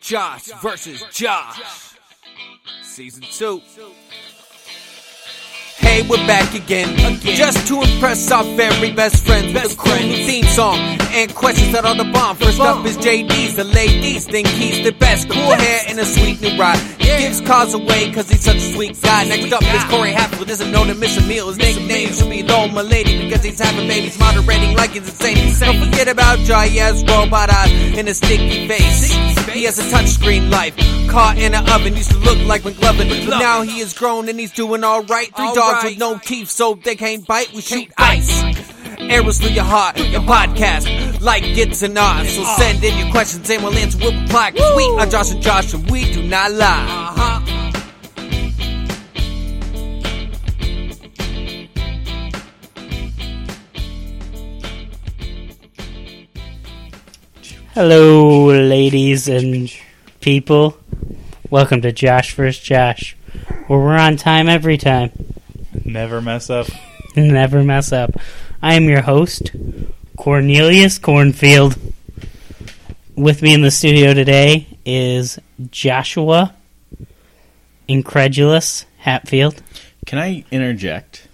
Josh versus Josh. Season 2. Hey, we're back again. Just to impress our very best friends with a cool new theme song and questions that are the bomb. First up is JD's, the ladies think he's the best. Cool hair and a sweet new ride. He gives cars away cause he's such a sweet guy. Next up is Corey Hathaway, isn't known to miss a meal. His nickname should be Lol Milady because he's having babies moderating like it's insane. Don't forget about Jair's robot eyes and his sticky face. He has a touchscreen life, car in an oven. Used to look like McLovin, but now he is grown and he's doing alright. Three dogs dogs with no teeth, so they can't bite. We shoot ice. Arrows through your heart, your podcast, like it's an art. So send in your questions and we'll answer with reply. Cause we are Josh and Josh and we do not lie. Hello, ladies and people. Welcome to Josh vs. Josh, where we're on time every time. Never mess up. Never mess up. I am your host, Cornelius Cornfield. With me in the studio today is Joshua Incredulous Hatfield. Can I interject?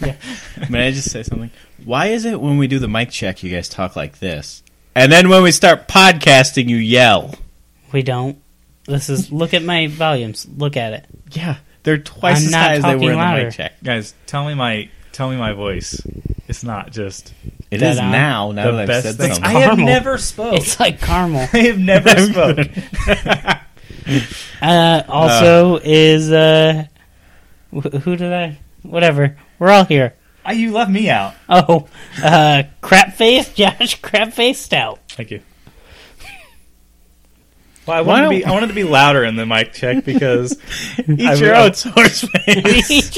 Yeah. May I just say something? Why is it when we do the mic check, you guys talk like this, and then when we start podcasting, you yell? We don't. This is look at my volumes. Look at it. Yeah, they're twice I'm as not high as they talking were in the louder. mic check. guys tell me my tell me my voice it's not just It That is I'm now. Now the that I've best said thing. something, I have Caramel. never spoke. It's like caramel. I have never spoke. Uh, also is uh, wh- who did I? Whatever. We're all here. I, you left me out. Oh, uh, crap face, Josh, crap face stout. Thank you. Well, I wanted Why to don't- be I wanted to be louder in the mic check because eat I- your I- oats, horse face.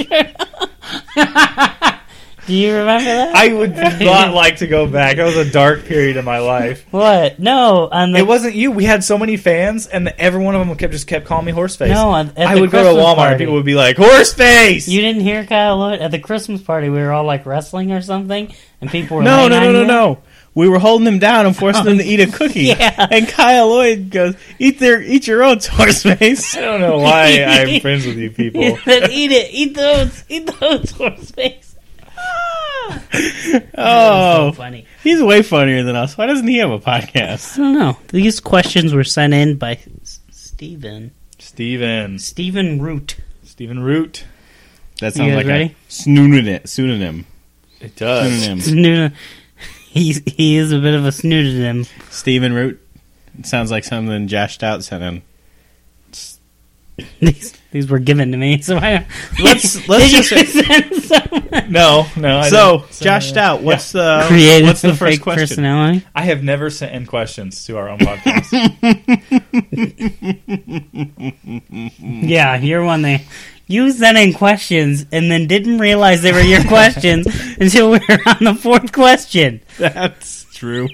Do you remember that? I would not like to go back. That was a dark period in my life. What? No, on the It wasn't you. We had so many fans, and every one of them kept just kept calling me horseface. no. On, at I the would go Christmas to Walmart, Party. and people would be like, "Horseface." You didn't hear Kyle Lloyd at the Christmas party? We were all like wrestling or something, and people were no, laying no, on no, no, you? no. We were holding them down and forcing them to eat a cookie. Yeah. And Kyle Lloyd goes, "Eat their, eat your oats, horse face." I don't know why I'm friends with you people. Then eat it, eat those, eat those horse face. Oh, funny. he's way funnier than us. Why doesn't he have a podcast? I don't know. These questions were sent in by S- Stephen. Steven. Stephen Root. Steven Root. That You sounds guys like ready? a pseudonym. Pseudonym. It Hmm. does. Pseudonym. Snoo- He's, he is a bit of a pseudonym. Steven Root. It sounds like something Josh Stout sent in. These, these were given to me, so I don't. Let's- let's Did you just- send someone? No, no. I So, didn't. Josh Stout, what's the Created what's the some first fake question? personality. I have never sent in questions to our own podcast. Yeah, you're one they. You sent in questions and then didn't realize they were your questions until we were on the fourth question. That's true.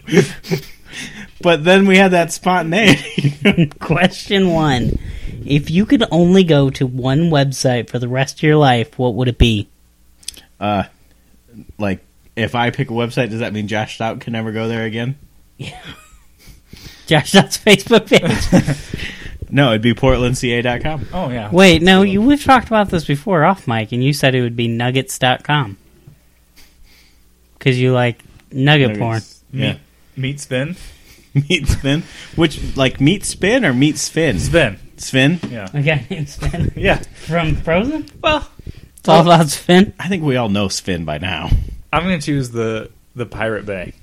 but then we had that spontaneity. Question one. If you could only go to one website for the rest of your life, what would it be? uh, like if I pick a website, does that mean Josh Stout can never go there again? Josh Dott's Facebook page. No, it'd be portlandca.com. oh yeah. Wait, no, you, we've talked about this before off mic, and you said it would be nuggets.com. Because you like nugget porn. Nuggets. Yeah. Meet Spin. Meat spin, which like meat spin or meat spin? Spin. Spin. Yeah. A guy named Sven. Yeah. From Frozen? Well, It's all about Sven. I think we all know spin by now. I'm gonna choose the the Pirate Bay.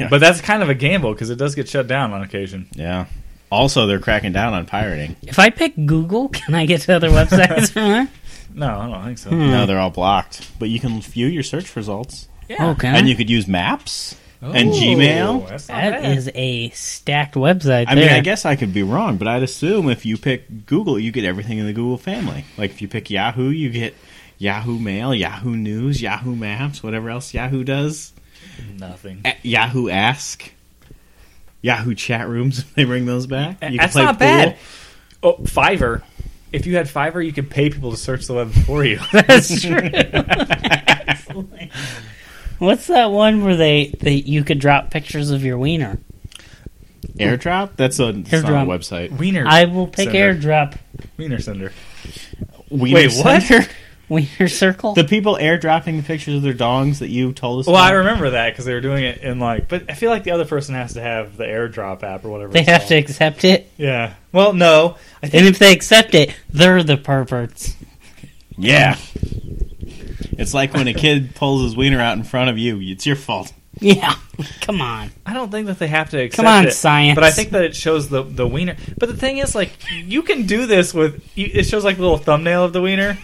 Yeah. But that's kind of a gamble because it does get shut down on occasion. Yeah. Also, they're cracking down on pirating. If I pick Google, can I get to other websites from there? No, I don't think so. Hmm. No, they're all blocked. But you can view your search results, Yeah. Okay. and you could use maps and Ooh, Gmail. that's not that bad. is a stacked website. I mean, there. I guess I could be wrong, but I'd assume if you pick Google, you get everything in the Google family. Like if you pick Yahoo, you get Yahoo Mail, Yahoo News, Yahoo Maps, whatever else Yahoo does, nothing. A- Yahoo Ask, Yahoo chat rooms. If they bring those back, you can That's play not pool. bad. Oh, Fiverr. If you had Fiverr, you could pay people to search the web for you. That's true. What's that one where they, they you could drop pictures of your wiener? AirDrop? That's a, it's not AirDrop. a website. Wiener. I will pick Sender. airdrop. Wiener sender. Wiener Wait, what? Center? Wiener circle. The people airdropping the pictures of their dongs that you told us Well, about? I remember that because they were doing it in like, but I feel like the other person has to have the AirDrop app or whatever. they it's have called. to accept it, Yeah. Well, no. I and think if they accept it, they're the perverts. Yeah. It's like when a kid pulls his wiener out in front of you. It's your fault. Yeah, come on. I don't think that they have to accept Come on, it, science. But I think that it shows the the wiener. But the thing is, like, you can do this with. You, it shows like a little thumbnail of the wiener.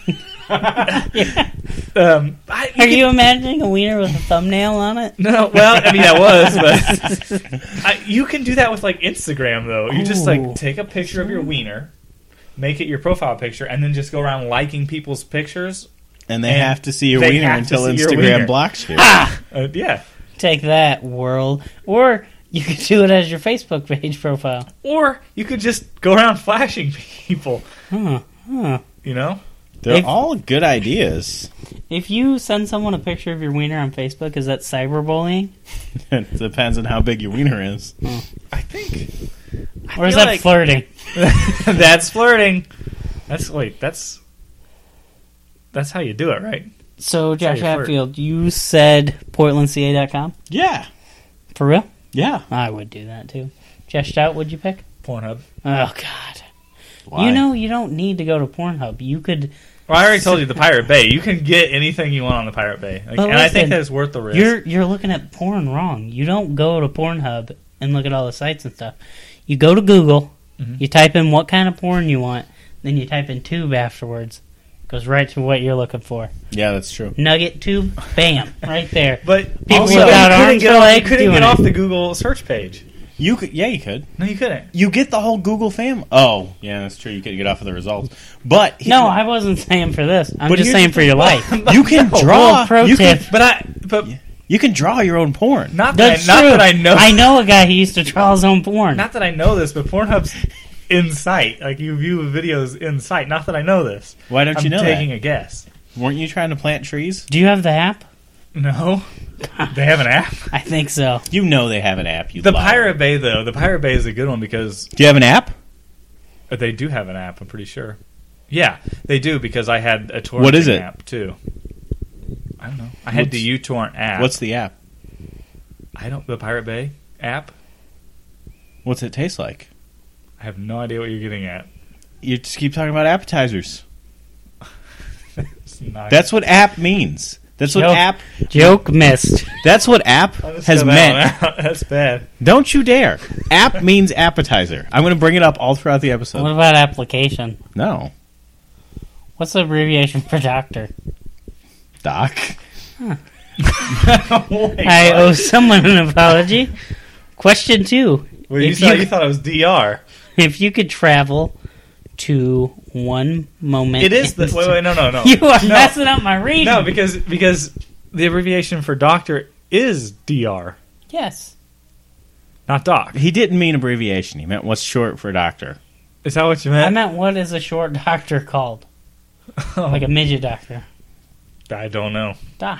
Yeah. Um, I, you Are can- you imagining a wiener with a thumbnail on it? No, well, I mean, I was, but I, you can do that with like Instagram though. You just Ooh. like take a picture of your wiener, make it your profile picture, and then just go around liking people's pictures. And they And have to see your they wiener have to until see your Instagram wiener. blocks you. Uh, yeah, Take that, world. Or you could do it as your Facebook page profile. or you could just go around flashing people. Huh. Huh. You know, They're If- all good ideas. If you send someone a picture of your wiener on Facebook, is that cyberbullying? it depends on how big your wiener is. I think Or is feel that like- flirting? that's flirting. That's wait, that's that's how you do it, right? So, Josh how you flirt. Hatfield, you said PortlandCA.com? Yeah. For real? Yeah. I would do that too. Josh Stout, would you pick? Pornhub. Oh, God. Why? You know, you don't need to go to Pornhub. You could. Well, I already told you the Pirate Bay. You can get anything you want on the Pirate Bay, like, But and I listen, think that it's worth the risk. You're you're looking at porn wrong. You don't go to Pornhub and look at all the sites and stuff. You go to Google, Mm-hmm. you type in what kind of porn you want, then you type in tube afterwards. Goes right to what you're looking for. Yeah, that's true. Nugget tube, bam, right there. But People also, without you arms couldn't or get off, you legs couldn't doing get it. off the Google search page. You could yeah, you could. No, you couldn't. You get the whole Google family. Oh, yeah, that's true. You could get off of the results. But No, I wasn't saying for this. I'm But just here's saying the for your life. you can draw Well, pro you tip. can But I, but you can draw your own porn. not that, That's I, not true. that I know, I know a guy who used to draw his own porn. not that I know this, but Pornhub's in sight. Like you view videos in sight. Not that I know this. Why don't I'm you know taking a guess. that? Weren't you trying to plant trees? Do you have the app? No, they have an app. I think so. You know they have an app. You The liar. Pirate Bay though, the Pirate Bay is a good one because Do you have an app? Uh, they do have an app. I'm pretty sure. Yeah, they do because I had a torrent What is it? app too. I don't know. I had What's- the uTorrent app. What's the app? I don't the Pirate Bay app. What's it taste like? I have no idea what you're getting at. You just keep talking about appetizers. It's not- That's what app means. That's what Yo. app. Joke missed. That's what app I'll just has cut that meant. one out. That's bad. Don't you dare. App means appetizer. I'm going to bring it up all throughout the episode. What about application? No, What's the abbreviation for doctor? Doc. Oh I oh, owe someone an apology. Question two. Well, you, If thought, you- you thought it was DR. If you could travel to one moment. It is the in- wait, wait, no, no, no. You are no, messing up my reading. no, because because the abbreviation for doctor is DR, yes. not doc. He didn't mean abbreviation. He meant what's short for doctor. Is that what you I meant? meant what is a short doctor called? Like a midget doctor. Oh, I don't know. Doc.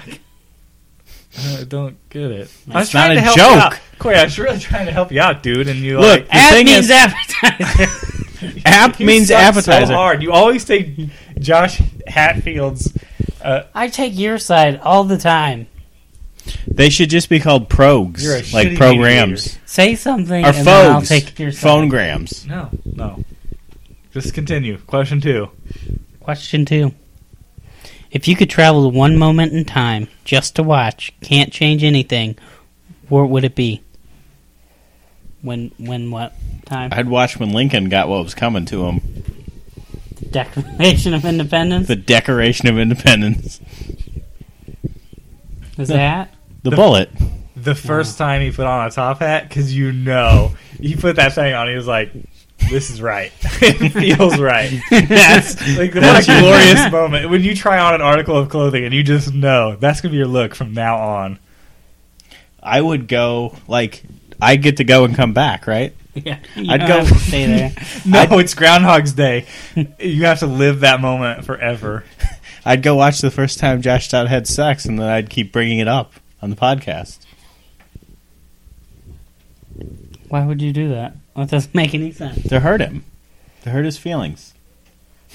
I don't get it. I was It's not trying to a help joke. You out. Corey, I was really trying to help you out, dude, and you Look, like The App thing means is- appetizer. App you means suck appetizer. So hard. You always take Josh Hatfield's. Uh, I take your side all the time. They should just be called progs, You're a like shitty programs Say something or and then I'll phones, take your side. phonograms. no, no. Just continue. Question two. Question two. If you could travel to one moment in time just to watch, can't change anything, what would it be? When when what time? I'd watch when Lincoln got what was coming to him. Declaration of Independence? The Declaration of Independence. Is that? The, bullet. The first time he put on a top hat, because you know he put that thing on, he was like, "This is right. it feels right." That's Like the That's what a your- glorious moment when you try on an article of clothing and you just know that's gonna be your look from now on. I would go like I get to go and come back, right? Yeah. I'd I'd go- go stay there. No, I'd- it's Groundhog's Day. you have to live that moment forever. I'd go watch the first time Josh Stout had sex, and then I'd keep bringing it up on the podcast. Why would you do that? That doesn't make any sense. to hurt him, to hurt his feelings.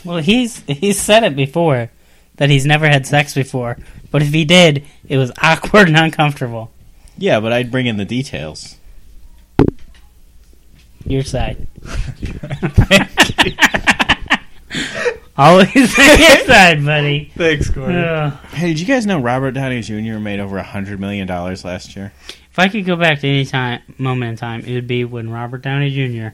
Well, he's he's said it before that he's never had sex before, but if he did, it was awkward and uncomfortable. Yeah, but I'd bring in the details. Your side. Always your side, buddy. Thanks, Corey. Ugh. Hey, did you guys know Robert Downey Jr. made over a hundred million dollars last year? If I could go back to any time moment in time, it would be when Robert Downey Jr.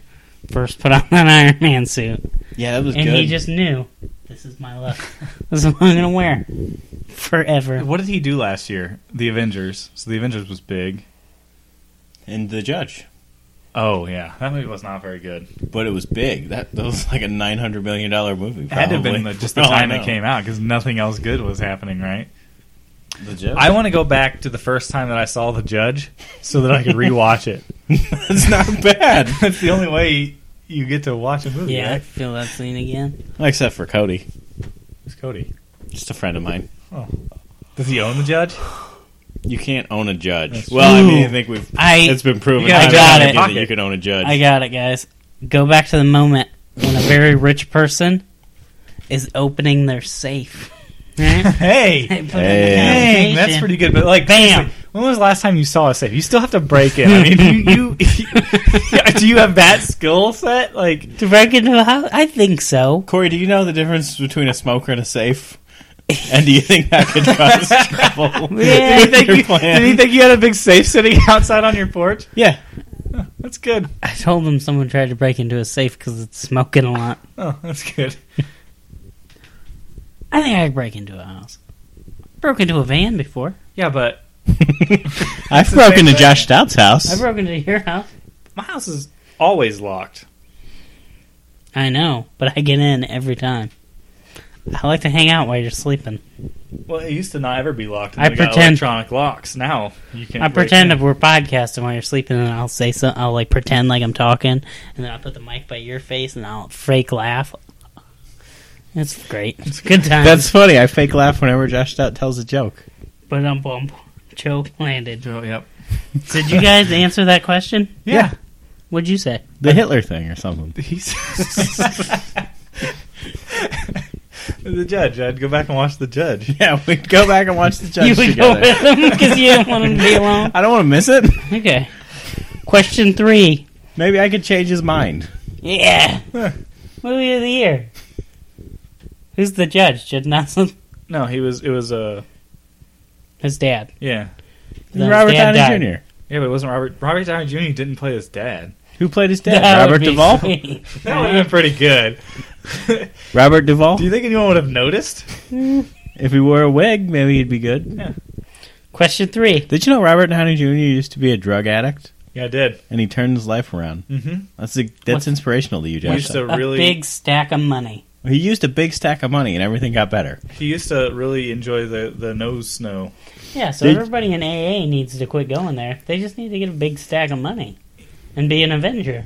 first put on that Iron Man suit, Yeah, that was and good. he just knew this is my look. this is what I'm gonna wear forever. What did he do last year? The Avengers. So the Avengers was big. and the judge, Oh yeah, that movie was not very good. but it was big. That, that was like a nine hundred million dollar movie. It had to have been probably. the, just the For all I time it know. came out because nothing else good was happening, right? The judge. I want to go back to the first time that I saw The Judge so that I could rewatch it. That's not bad, That's the only way you get to watch a movie, Yeah, I right? feel that scene again. except for Cody, It's Cody. just a friend of mine. Does he own The Judge? You can't own a judge. That's well, I mean, I Ooh. think we've. I it's been proven. You got time a judge and in again your that you pocket. can own a judge. I got it, guys. Go back to the moment when a very rich person is opening their safe. Right? They Hey, put in the Hey. dang, that's combination. pretty good. But like, Bam. seriously, When was the last time you saw a safe? You still have to break in. I mean, you, you yeah, do you have that skill set? Like, To break into a house, I think so. Corey, do you know the difference between a smoker and a safe? And do you think that could cause trouble? Yeah, did, he think Your you, plan. did he think you had a big safe sitting outside on your porch? Yeah. That's good. I told them someone tried to break into a safe because it's smoking a lot. Oh, that's good. I think I could break into a house. Broke into a van before. Yeah, but I've the broken same to thing. Josh Stout's I house. broke into your house. my house is always locked. I know, but I get in every time. I like to hang out while you're sleeping. Well, it used to not ever be locked. I I pretend pretend- electronic locks. Now you can. I pretend if we're podcasting while you're sleeping, and I'll say something. I'll like pretend like I'm talking, and then I'll put the mic by your face, and I'll fake laugh. It's great. It's a good time. That's funny. I fake laugh whenever Josh Stout tells a joke. but um bum. Joe landed. Oh, yep. Did you guys answer that question? Yeah. What'd you say? The Hitler thing or something. He's the judge. I'd go back and watch the judge. Yeah, we'd go back and watch the you judge would go with him because you didn't want him to be alone. I don't want to miss it. Okay. Question three. Maybe I could change his mind. Yeah. Huh. Movie of the year. Who's the judge? Judge Nelson? No, he was. It was uh, His dad. yeah, Then his Robert dad Downey died. Jr. yeah, but it wasn't Robert. Robert Downey Jr. didn't play his dad. Who played his dad? That would Robert be Duvall? sweet. That would have been pretty good. Do Robert Duvall? you think anyone would have noticed? If he wore a wig, maybe he'd be good. Question three. Did you know Robert Downey Jr. used to be a drug addict? Yeah, I did. And he turned his life around. Mm-hmm. That's a, that's What? inspirational to you, He Josh. used to A really. big stack of money. He used a big stack of money and everything got better. He used to really enjoy the the nose snow. Yeah, so Did- everybody in AA needs to quit going there. They just need to get a big stack of money and be an Avenger.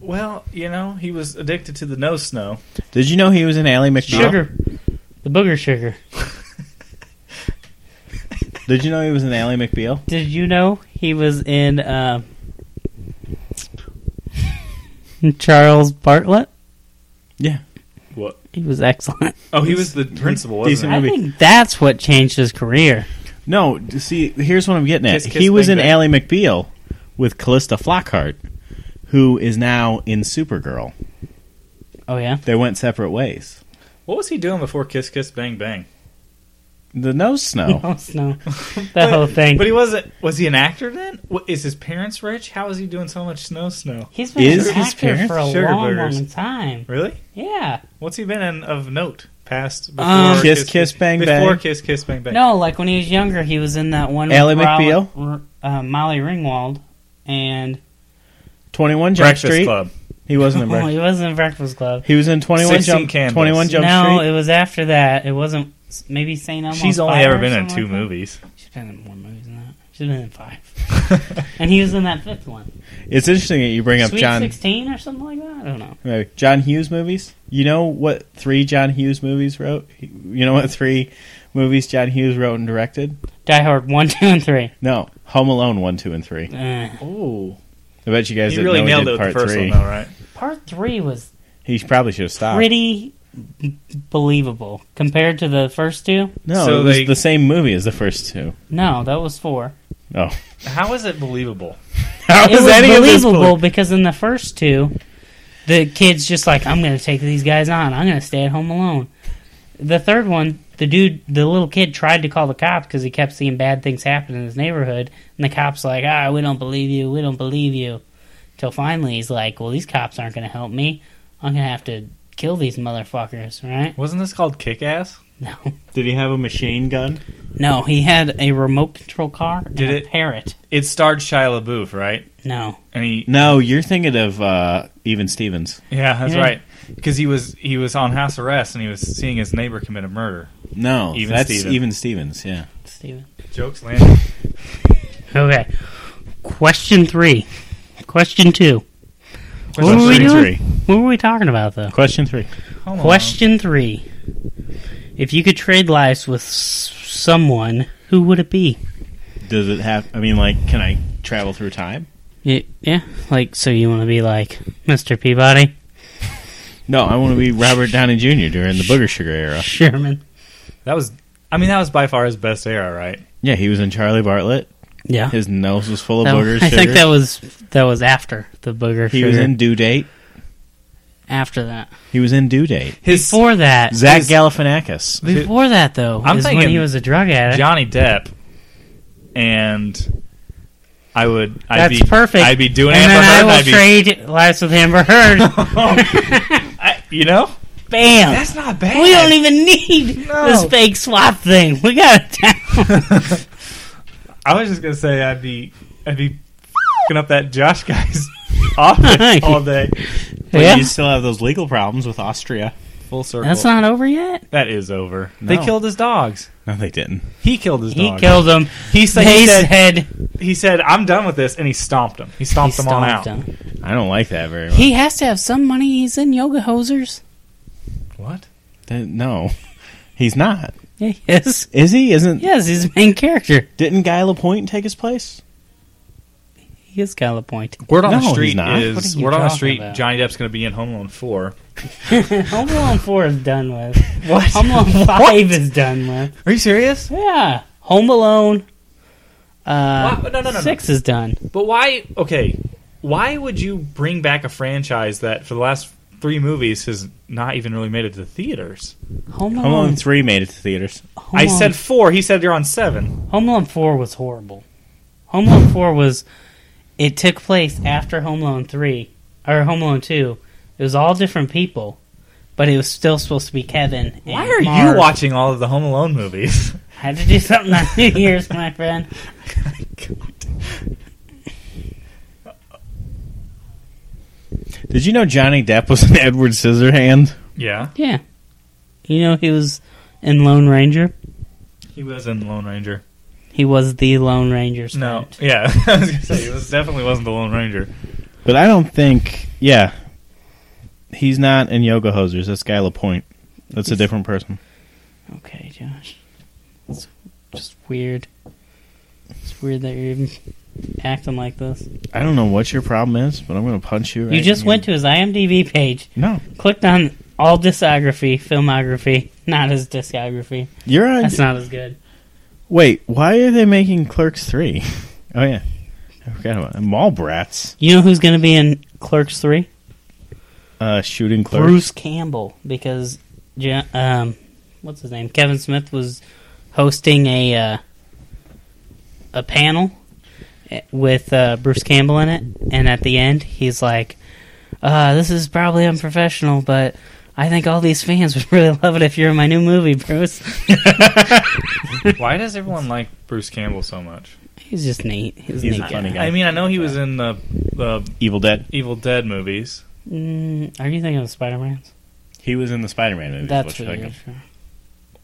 Well, you know, he was addicted to the nose snow. Did you know he was in Ally McBeal? Sugar. The booger sugar. Did you know he was in Ally McBeal? Did you know he was in uh, Charles Bartlett? Yeah. What? He was excellent. Oh, he was the principal, wasn't Decent he? I Maybe. think that's what changed his career. No, d- see, here's what I'm getting at. Kiss, kiss, he was bang, in bang. Ally McBeal with Callista Flockhart, who is now in Supergirl. Oh yeah, They went separate ways. What was he doing before Kiss Kiss Bang Bang? The nose snow. no, Oh, snow. That whole thing. Oh. But he wasn't. Was he an actor then? What, is his parents rich? How is he doing so much snow snow? He's been Is an his actor for a parents sugar long, boogers? long time. Really? Yeah. What's he been in of note past? Before Um, Kiss Kiss Bang before Bang. Kiss Kiss Bang Bang. No, like when he was younger, he was in that one. with Ally Rolla- McBeal? R- uh, Molly Ringwald, and 21 Jump Breakfast Street. Club. He wasn't in well, Breakfast. he wasn't in Breakfast Club. He was in 21 16 Jump Candles. 21 Jump no, Street. it was after that. It wasn't maybe Saint Elmo's. She's only Fire ever or been in something two like that. movies. She's been in more movies than that. She's been in five, and he was in that fifth one, It's interesting that you bring up Sweet John Sixteen or something like that. I don't know. maybe, John Hughes movies. You know what three John Hughes movies wrote? You know what three movies John Hughes wrote and directed? Die Hard one, two, and three. No, Home Alone 1, 2 and 3. Uh, oh, I bet you guys He didn't really know nailed he it did with the part first three. one, though, right? Part three was He probably should have stopped. pretty b- believable compared to the first two. no, So it was they- the same movie as the first two. No, that was four. Oh, How is it believable? how it was any of this believable believable? because in the first two, the kid's just like, "I'm going to take these guys on. I'm going to stay at home alone." The third one, the dude, the little kid tried to call the cops because he kept seeing bad things happen in his neighborhood, and the cops like, "Ah, we don't believe you. We don't believe you." Till finally, he's like, "Well, these cops aren't going to help me. I'm going to have to kill these motherfuckers." Right? Wasn't this called Kick Ass? No, Did he have a machine gun? no, he had a remote control car. and Did a it- Parrot. It starred Shia LaBeouf, right? No. And he, No, you're thinking of uh, Even Stevens. yeah, that's Yeah. right, because he was he was on house arrest and he was seeing his neighbor commit a murder. No, Even that's Stevens. Even Stevens. Yeah. Steven. Jokes landed. Okay. Question three. Question two. What Question were we three. doing? What were we talking about though? Question three. Hold on. Question three. If you could trade lives with s- someone, who would it be? Does it have? I mean, like, can I travel through time? Y- yeah, like so you want to be like Mr. Peabody, No, I want to be Robert Downey Jr. during the Booger Sugar era. Sherman. That was, I mean, that was by far his best era, right? Yeah, he was in Charlie Bartlett. Yeah, His nose was full of That- booger I sugar. think that was that was after the booger. he sugar. was in Due Date. after that. He was in Due Date. His Before that, Zach Galifianakis. before that though, I'm is when thinking he was a drug addict. Johnny Depp, and I would. I'd That's be, perfect. I'd be doing and Amber then Heard. I will I'd be, trade lives with Amber Heard. I- you know, Bam. that's not bad. We don't even need No. this fake swap thing. We got it down. I was just gonna say I'd be, I'd be f***ing up that Josh guy's office all day. But yeah. you still have those legal problems with Austria. Full circle. That's not over yet. that is over. No. They killed his dogs. No, they didn't. He killed his He dogs. killed him. He said, he His said. head. He said, "I'm done with this," and he stomped him. He He stomped him on out. stomped him. I don't like that very much. He has to have some money. He's in yoga hosers. What? That- no, he's not. Yeah, he is. Is he? Isn't? Yes, he's the main character. Didn't Guy Lapointe take his place? He is got a point. Word on No, the he's street not. What is are you word on the talking street. about? Johnny Depp's going to be in Home Alone four. Home Alone 4 is done with. What? Home Alone 5 is done with. Are you serious? Yeah. Home Alone uh, What? No, no, no, no. 6 is done. But why? Okay, why would you bring back a franchise that for the last three movies has not even really made it to the theaters? Home Alone, Home Alone three made it to theaters. Home I Alone said four. He said you're on seven. Home Alone 4 was horrible. Home Alone 4 was. It took place after Home Alone 3, or Home Alone 2. It was all different people, but it was still supposed to be Kevin. And Why are Marv. you watching all of the Home Alone movies? I had to do something on New Year's, my friend. Did you know Johnny Depp was an Edward Scissorhand? yeah, Yeah. You know, he was in Lone Ranger. he was in Lone Ranger. He was the Lone Ranger's No, friend. yeah, I was gonna say it was definitely wasn't the Lone Ranger. But I don't think. Yeah, he's not in Yoga Hosers. That's Guy Lapointe. That's a different person. Okay, Josh. It's just weird. It's weird that you're even acting like this. I don't know what your problem is, but I'm going to punch you. Right You just in went to his IMDb page your- No, clicked on all discography, filmography, not his discography. you're on. That's not as good. Wait, why are they making Clerks three? Oh yeah, I forgot about that. Mall Brats You know who's going to be in Clerks 3? uh, shooting Clerks. Bruce Campbell, because Ja- um, what's his name? Kevin Smith was hosting a uh, a panel with uh, Bruce Campbell in it, and at the end, he's like, uh, "This is probably unprofessional, but." I think all these fans would really love it if you're in my new movie, Bruce. Why does everyone like Bruce Campbell so much? He's just neat. He's, He's a a neat funny guy. Yeah. I mean, I know he was in the the Evil Dead. Evil Dead movies. Mm, are you thinking of Spider Man? He was in the Spider-Man movie. That's what it is.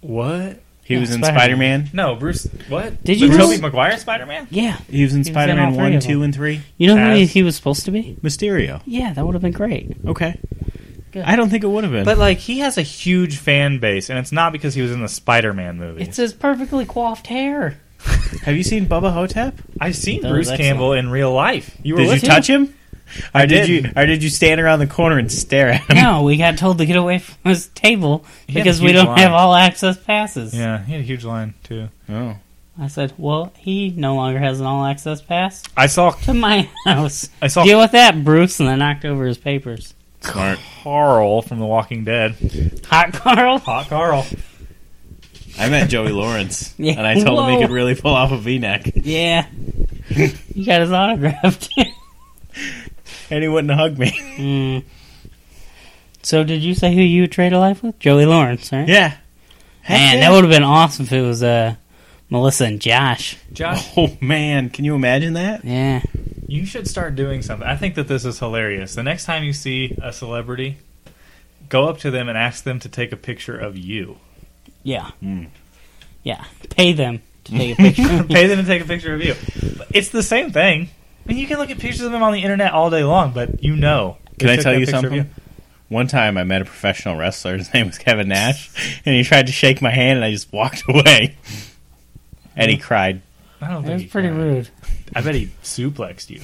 What? He Yeah, was in Spider-Man. Spider-Man. No, Bruce. What? Did you the really- Tobey Maguire Spider Man? Yeah. He was in He was in all Spider-Man three one, of them. two, and three. You know who As- he, he was supposed to be? Mysterio. Yeah, that would have been great. Okay. Good. I don't think it would have been. But like, he has a huge fan base, and it's not because he was in the Spider Man movies. It's his perfectly coiffed hair. Have you seen Bubba Hotep? I've seen That was Bruce excellent. Campbell in real life. You were Did you with touch him? I or did. you, or did you stand around the corner and stare at him? No, we got told to get away from his table He had a because we huge don't line. have all access passes. Yeah, he had a huge line too. Oh. I said, well, he no longer has an all access pass I saw to my house. I saw Deal with that, Bruce. And I knocked over his papers. Smart. Carl from The Walking Dead. Hot Carl? Hot Carl. I met Joey Lawrence, Yeah. and I told him Whoa. he could really pull off a V-neck, Yeah. you got his autograph, too. and he wouldn't hug me. Hmm. Mm. So, did you say who you would trade a life with? Joey Lawrence, right? Yeah. Man, that would have been awesome if it was uh, Melissa and Josh. Josh, Oh man, can you imagine that? Yeah. you should start doing something. I think that this is hilarious. The next time you see a celebrity, go up to them and ask them to take a picture of you. Yeah. Hmm. Mm. Yeah. Pay them to take a picture. Pay them to take a picture of you. It's the same thing. I mean, you can look at pictures of them on the internet all day long, but you know. Can They I took tell that you picture of something? One time I met a professional wrestler. His name was Kevin Nash, and he tried to shake my hand, and I just walked away. And he cried. I don't think That's he pretty can. rude. I bet he suplexed you.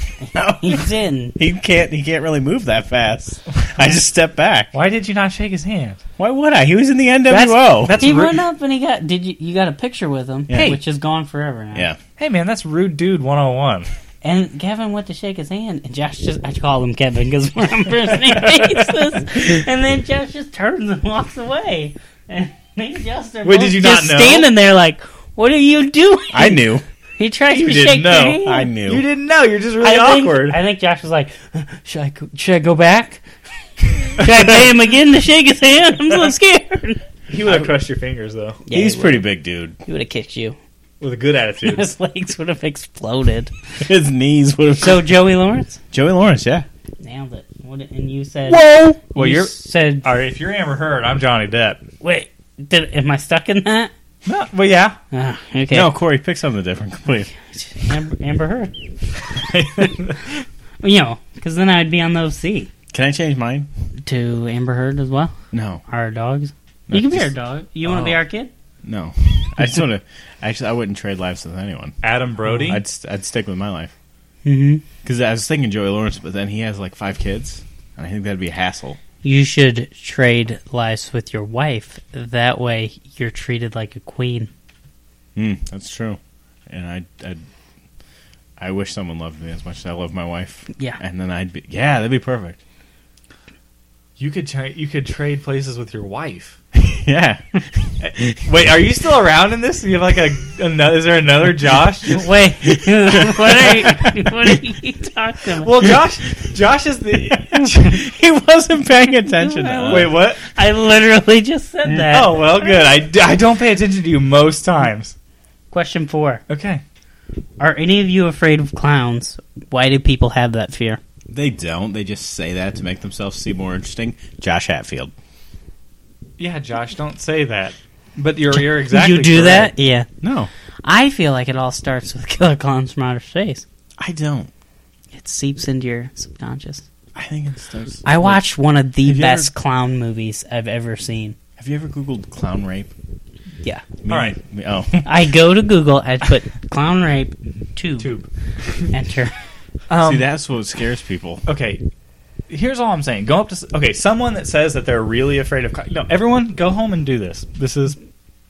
He didn't. He can't. He can't really move that fast. I just stepped back. Why did you not shake his hand? Why would I? He was in the NWO. That's He rude. went up and he got did you you got a picture with him, Yeah. which is gone forever now. yeah. Hey man, that's rude dude 101. And Kevin went to shake his hand, and Josh just I call him Kevin because we're on first name basis. And then Josh just turns and walks away. And me and Josh are Wait, both did you just not know? standing there like, what are you doing? I knew. He tries to didn't shake know. your hand. I knew. You didn't know. You're just really I think, awkward. I think Josh was like, should I go, should I go back? should I pay him again to shake his hand? I'm so scared. he would have crushed your fingers though, Yeah, He's he pretty big dude. would have kicked you. with a good attitude. His legs would have exploded. His knees would have. So Joey Lawrence Joey Lawrence, yeah. nailed it. What, did- and you said, Whoa. well, you you're said, all right. If you're Amber Heard, I'm Johnny Depp. wait, did, am I stuck in that? No, well, yeah. Ah, okay, No, Corey, pick something different. Completely. Amber, Amber Heard. You know, because then I'd be on the OC Can I change mine? to Amber Heard as well. No, Our dogs. No, you can be just- our dog. You want to be Oh. our kid? no. I just want to. Actually, I wouldn't trade lives with anyone. Adam Brody. I'd st- I'd stick with my life Mm-hmm. because I was thinking Joey Lawrence, but then he has like five kids, and I think that'd be a hassle. You should trade lives with your wife. That way, you're treated like a queen. Mm, that's true. And I I I wish someone loved me as much as I love my wife. Yeah. And then I'd be yeah, that'd be perfect. you could tra- you could trade places with your wife. Yeah. Wait, are you still around in this? You have like a another? Is there another Josh? Wait, what are you, what are you talking about? well, Josh, Josh is the. he wasn't paying attention. to Wait, what? I literally just said that. Oh well, good. I, d- I don't pay attention to you most times. Question four: Okay. Are any of you afraid of clowns? Why do people have that fear? They don't. They just say that to make themselves seem more interesting. Josh Hatfield. Yeah, Josh, don't say that. But you're you're exactly. you do correct. that? Yeah. No, I feel like it all starts with killer clowns from outer space. I don't. It seeps into your subconscious. I think it starts. I watched one of the Have you ever- best clown movies I've ever seen. Have you ever Googled clown rape? Yeah. Me- All right. me- oh, I go to Google, I put clown rape tube, Tube. enter. Um, see, that's what scares people. okay. Here's all I'm saying. Go up to s- okay. Someone that says that they're really afraid of co- no. Everyone, go home and do this. This is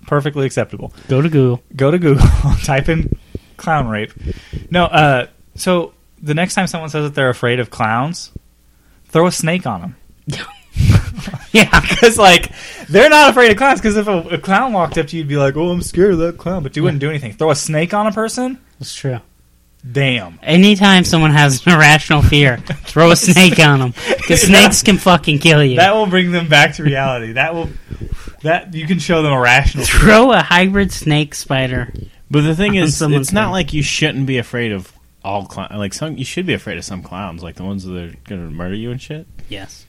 perfectly acceptable. Go to Google. Go to Google, type in clown rape. No. Uh. So the next time someone says that they're afraid of clowns, throw a snake on them. Yeah. Because like they're not afraid of clowns. Because if a, a clown walked up to you, you'd be like, "Oh, I'm scared of that clown," but you wouldn't do anything. Throw a snake on a person. That's true. Damn. Anytime someone has an irrational fear, throw a snake on them. Because snakes can fucking kill you. That will bring them back to reality. That will that you can show them a rational. throw a hybrid snake spider. But the thing is, Someone's it's not thing. like you shouldn't be afraid of all clowns. Like some, you should be afraid of some clowns, like the ones that are going to murder you and shit. Yes.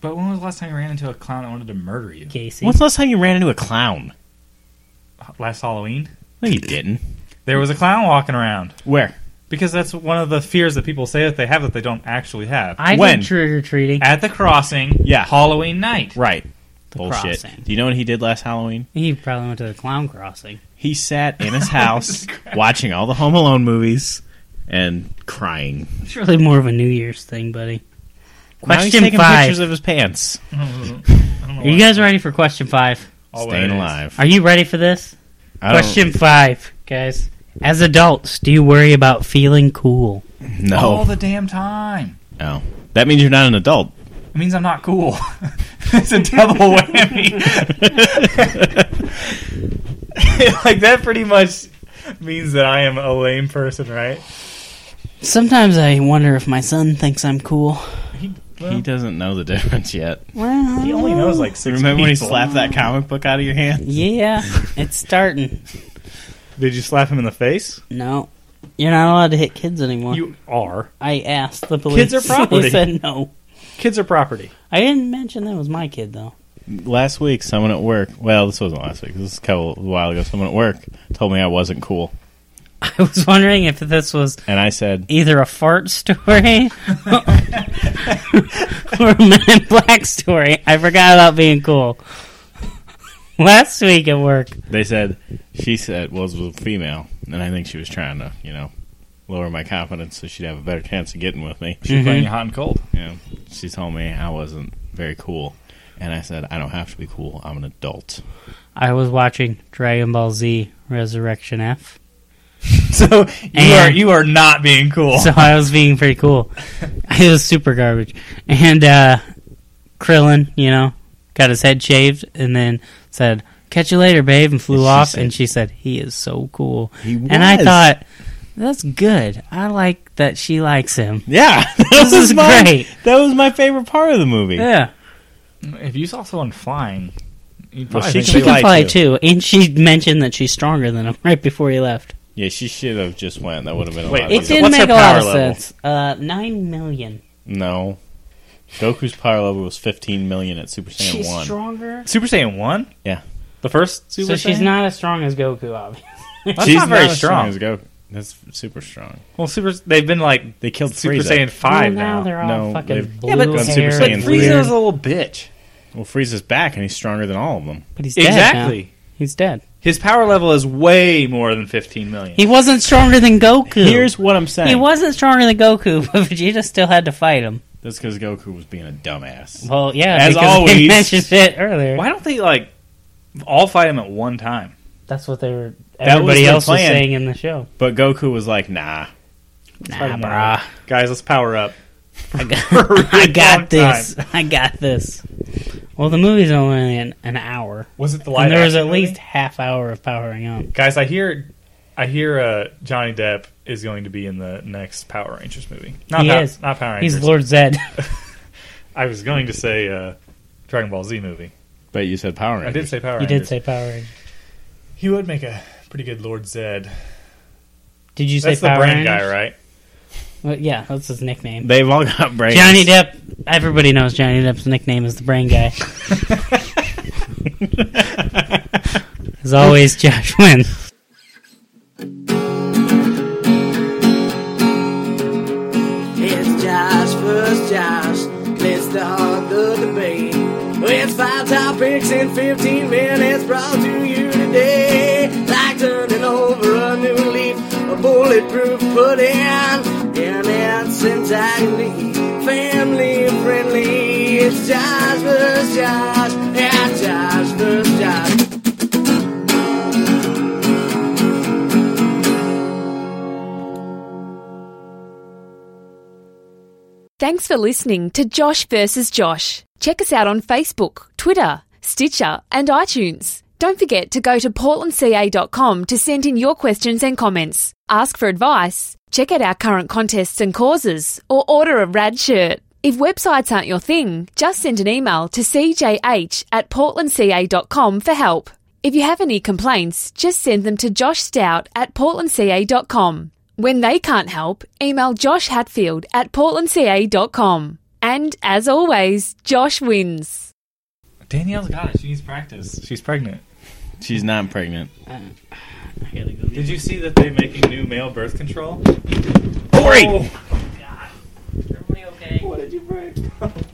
But when was the last time you ran into a clown that wanted to murder you? Casey. When's the last time you ran into a clown? Last Halloween, No, you didn't. there was a clown walking around Where? because that's one of the fears that people say that they have that they don't actually have. I When? did trick or treating. At the crossing, Yeah. Halloween night. Right. The Bullshit. crossing. Do you know what he did last Halloween? He probably went to the clown crossing. He sat in his house watching all the Home Alone movies and crying. It's really more of a New Year's thing, buddy. now he's Question taking five. pictures of his pants. Are you guys ready for question five? Staying alive. Are you ready for this? I don't- Question five, guys. As adults, do you worry about feeling cool? No. All the damn time. no. That means you're not an adult. It means I'm not cool. it's a double whammy. like that pretty much means that I am a lame person, right? Sometimes I wonder if my son thinks I'm cool. He doesn't know the difference yet. Well, He only knows like six. Remember when he people. slapped that comic book out of your hand? Yeah, it's starting. Did you slap him in the face? No, you're not allowed to hit kids anymore. You are. I asked the police. are property. They said no. Kids are property. I didn't mention that was my kid though. Last week, someone at work. Well, this wasn't last week. This was a couple a while ago. Someone at work told me I wasn't cool, I was wondering if this was and I said, either a fart story or a Men in Black story. I forgot about being cool. Last week at work, They said she said was was a female, and I think she was trying to, you know, lower my confidence so she'd have a better chance of getting with me. She's playing you hot and cold. You know, she told me I wasn't very cool, and I said I don't have to be cool. I'm an adult. I was watching Dragon Ball Z Resurrection F. So you And- are you are not being cool. So I was being pretty cool. It was super garbage. And uh, Krillin, you know, got his head shaved and then said, Catch you later, babe, and flew And she off. said- and she said, He is so cool. He And I was. thought, That's good. I like that she likes him. Yeah, that This was is my, great. That was my favorite part of the movie. Yeah. if you saw someone flying, you'd Well, probably think she She They they can like fly you. too. And she mentioned that she's stronger than him right before he left. Yeah, she should have just went. That would have been a Wait, lot. It What's easier. her- didn't what's her make a lot power of level? sense. Uh, Nine million. No, Goku's power level was 15 million at Super Saiyan She's One. stronger. Super Saiyan one. Yeah. the first So Super she's Saiyan? not as strong as Goku, obviously. That's She's not very as strong. as Goku. That's super strong. Well, Super. They've been like They killed Super Frieza. Saiyan five Well, now. they're all No, fucking they've- blue Yeah, but- hair. Gone Super Super Saiyan Saiyan But Frieza's Frieza's a little bitch. Well, Frieza's back, and he's stronger than all of them. but he's Exactly. dead. now. He's dead. His power level is way more than 15 million. He wasn't stronger than Goku. Here's what I'm saying. he wasn't stronger than Goku, but Vegeta still had to fight him. That's because Goku was being a dumbass. Well, yeah, As because they always. mentioned it earlier. Why don't they like all fight him at one time? That's what they were. was Everybody their else was plan. saying in the show. But Goku was like, nah. Fight Nah, him brah. all. Guys, let's power up. I For a really got, I long got this. I got this. Well, the movie's only an, an hour, Was it the and light? there was action at movie? least half hour of powering up. guys. I hear, I hear uh, Johnny Depp is going to be in the next Power Rangers movie. Not He Pow- is. Not Power Rangers. He's Lord Zed. I was going to say uh, Dragon Ball Z movie. But you said Power I Rangers. did say Power you Rangers. did say Power Rangers. he would make a pretty good Lord Zed. Did you That's say the Power brain Rangers? guy, right? Well, yeah, that's his nickname. They've all got brains. Johnny Depp. Everybody knows Johnny Depp's nickname is the brain guy. As always, Josh wins. It's Josh versus Josh. Let's start the debate. It's five topics in 15 minutes brought to you today. Like turning over a new leaf, a bulletproof pudding, and it's entirely family friendly. It's Josh versus Josh. Yeah, Josh versus Josh. Thanks for listening to Josh versus Josh. Check us out on Facebook, Twitter, Stitcher, and iTunes. Don't forget to go to portlandca.com to send in your questions and comments, ask for advice, check out our current contests and causes, or order a rad shirt. If websites aren't your thing, just send an email to cjh at portlandca.com for help. If you have any complaints, just send them to Josh Stout at portlandca.com. When they can't help, email Josh Hatfield at portlandca.com. And as always, Josh wins. Danielle's got it. She needs practice. She's pregnant. She's not pregnant. Did you see that they're making new male birth Oh. control? Corey! What did you break?